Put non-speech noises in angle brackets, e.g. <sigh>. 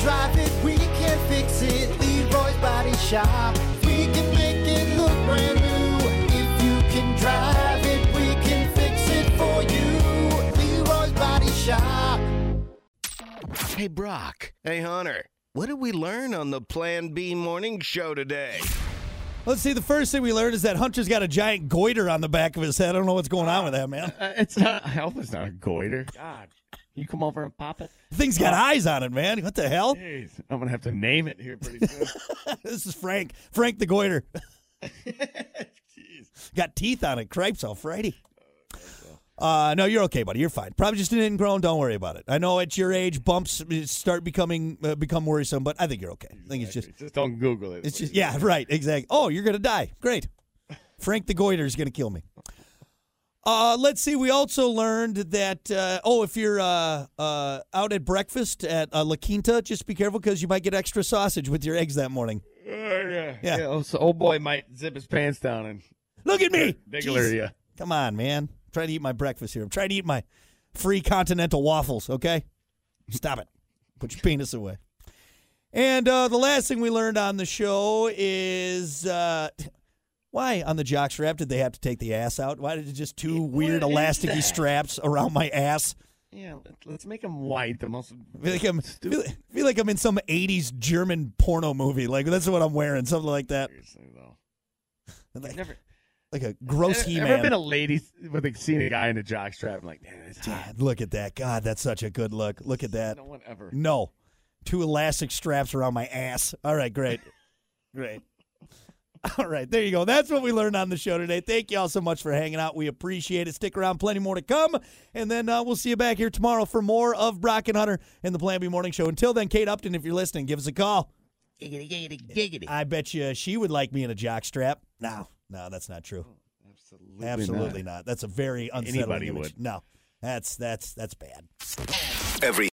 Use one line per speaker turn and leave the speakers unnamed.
drive it, we can fix it. Leroy's Body Shop. We can make it look brand new. If you can drive it, we can fix it for you. Leroy's Body Shop.
Hey, Brock. Hey, Hunter. What did we learn on the Plan B morning show today?
Let's see. The first thing we learned is that Hunter's got a giant goiter on the back of his head. I don't know what's going on with that man.
Uh, it's <laughs> not. I hope it's not a goiter. God, you come over and pop it.
Thing's got eyes on it, man. What the hell?
Jeez, I'm gonna have to name it here pretty <laughs> soon.
<laughs> This is Frank. Frank the goiter. <laughs>
Jeez.
Got teeth on it. Cripes Alfrighty. Uh, no, you're okay, buddy. You're fine. Probably just an ingrown. Don't worry about it. I know at your age, bumps start becoming uh, become worrisome, but I think you're okay. I think it's just
Just don't Google it.
It's
please.
just yeah, <laughs> right, exactly. Oh, you're gonna die. Great. Frank the Goiter is gonna kill me. Uh, let's see. We also learned that uh, oh, if you're uh, uh, out at breakfast at uh, La Quinta, just be careful because you might get extra sausage with your eggs that morning.
Uh, yeah.
Yeah.
yeah. oh, so old boy might zip his pants down and
Look at me,
diggler
Jeez.
you.
Come on, man. I'm trying to eat my breakfast here. I'm trying to eat my free continental waffles, okay? Stop it. Put your penis away. And uh, the last thing we learned on the show is uh, why on the jock strap did they have to take the ass out? Why did it just two weird
is
elasticy
<laughs> that?
straps around my ass?
Yeah, let- let's make him white. The <laughs> most.
I feel like I'm feel, feel like I'm in some '80s German porno movie. Like that's what I'm wearing, something like that,
<laughs> Seriously though, I've
like,
never.
like a gross
Ever-
he
Ever been
man.
a lady with a, seen a guy in a jockstrap? I'm like, damn, it's hot.
Dad, look at that! God, that's such a good look. Look at that.
No one ever.
No. Two elastic straps around my ass. All right, great. great. All right, there you go. That's what we learned on the show today. Thank you all so much for hanging out. We appreciate it. Stick around, plenty more to come. And then uh, we'll see you back here tomorrow for more of Brock and Hunter and the Plan B Morning Show. Until then, Kate Upton, if you're listening, give us a call.
Giggity, giggity, giggity.
I bet you she would like me in a jock strap. No, no, that's not true.
Absolutely,
Absolutely not. That's a very unsettling
Anybody
image.
would.
No, that's that's that's bad.
Every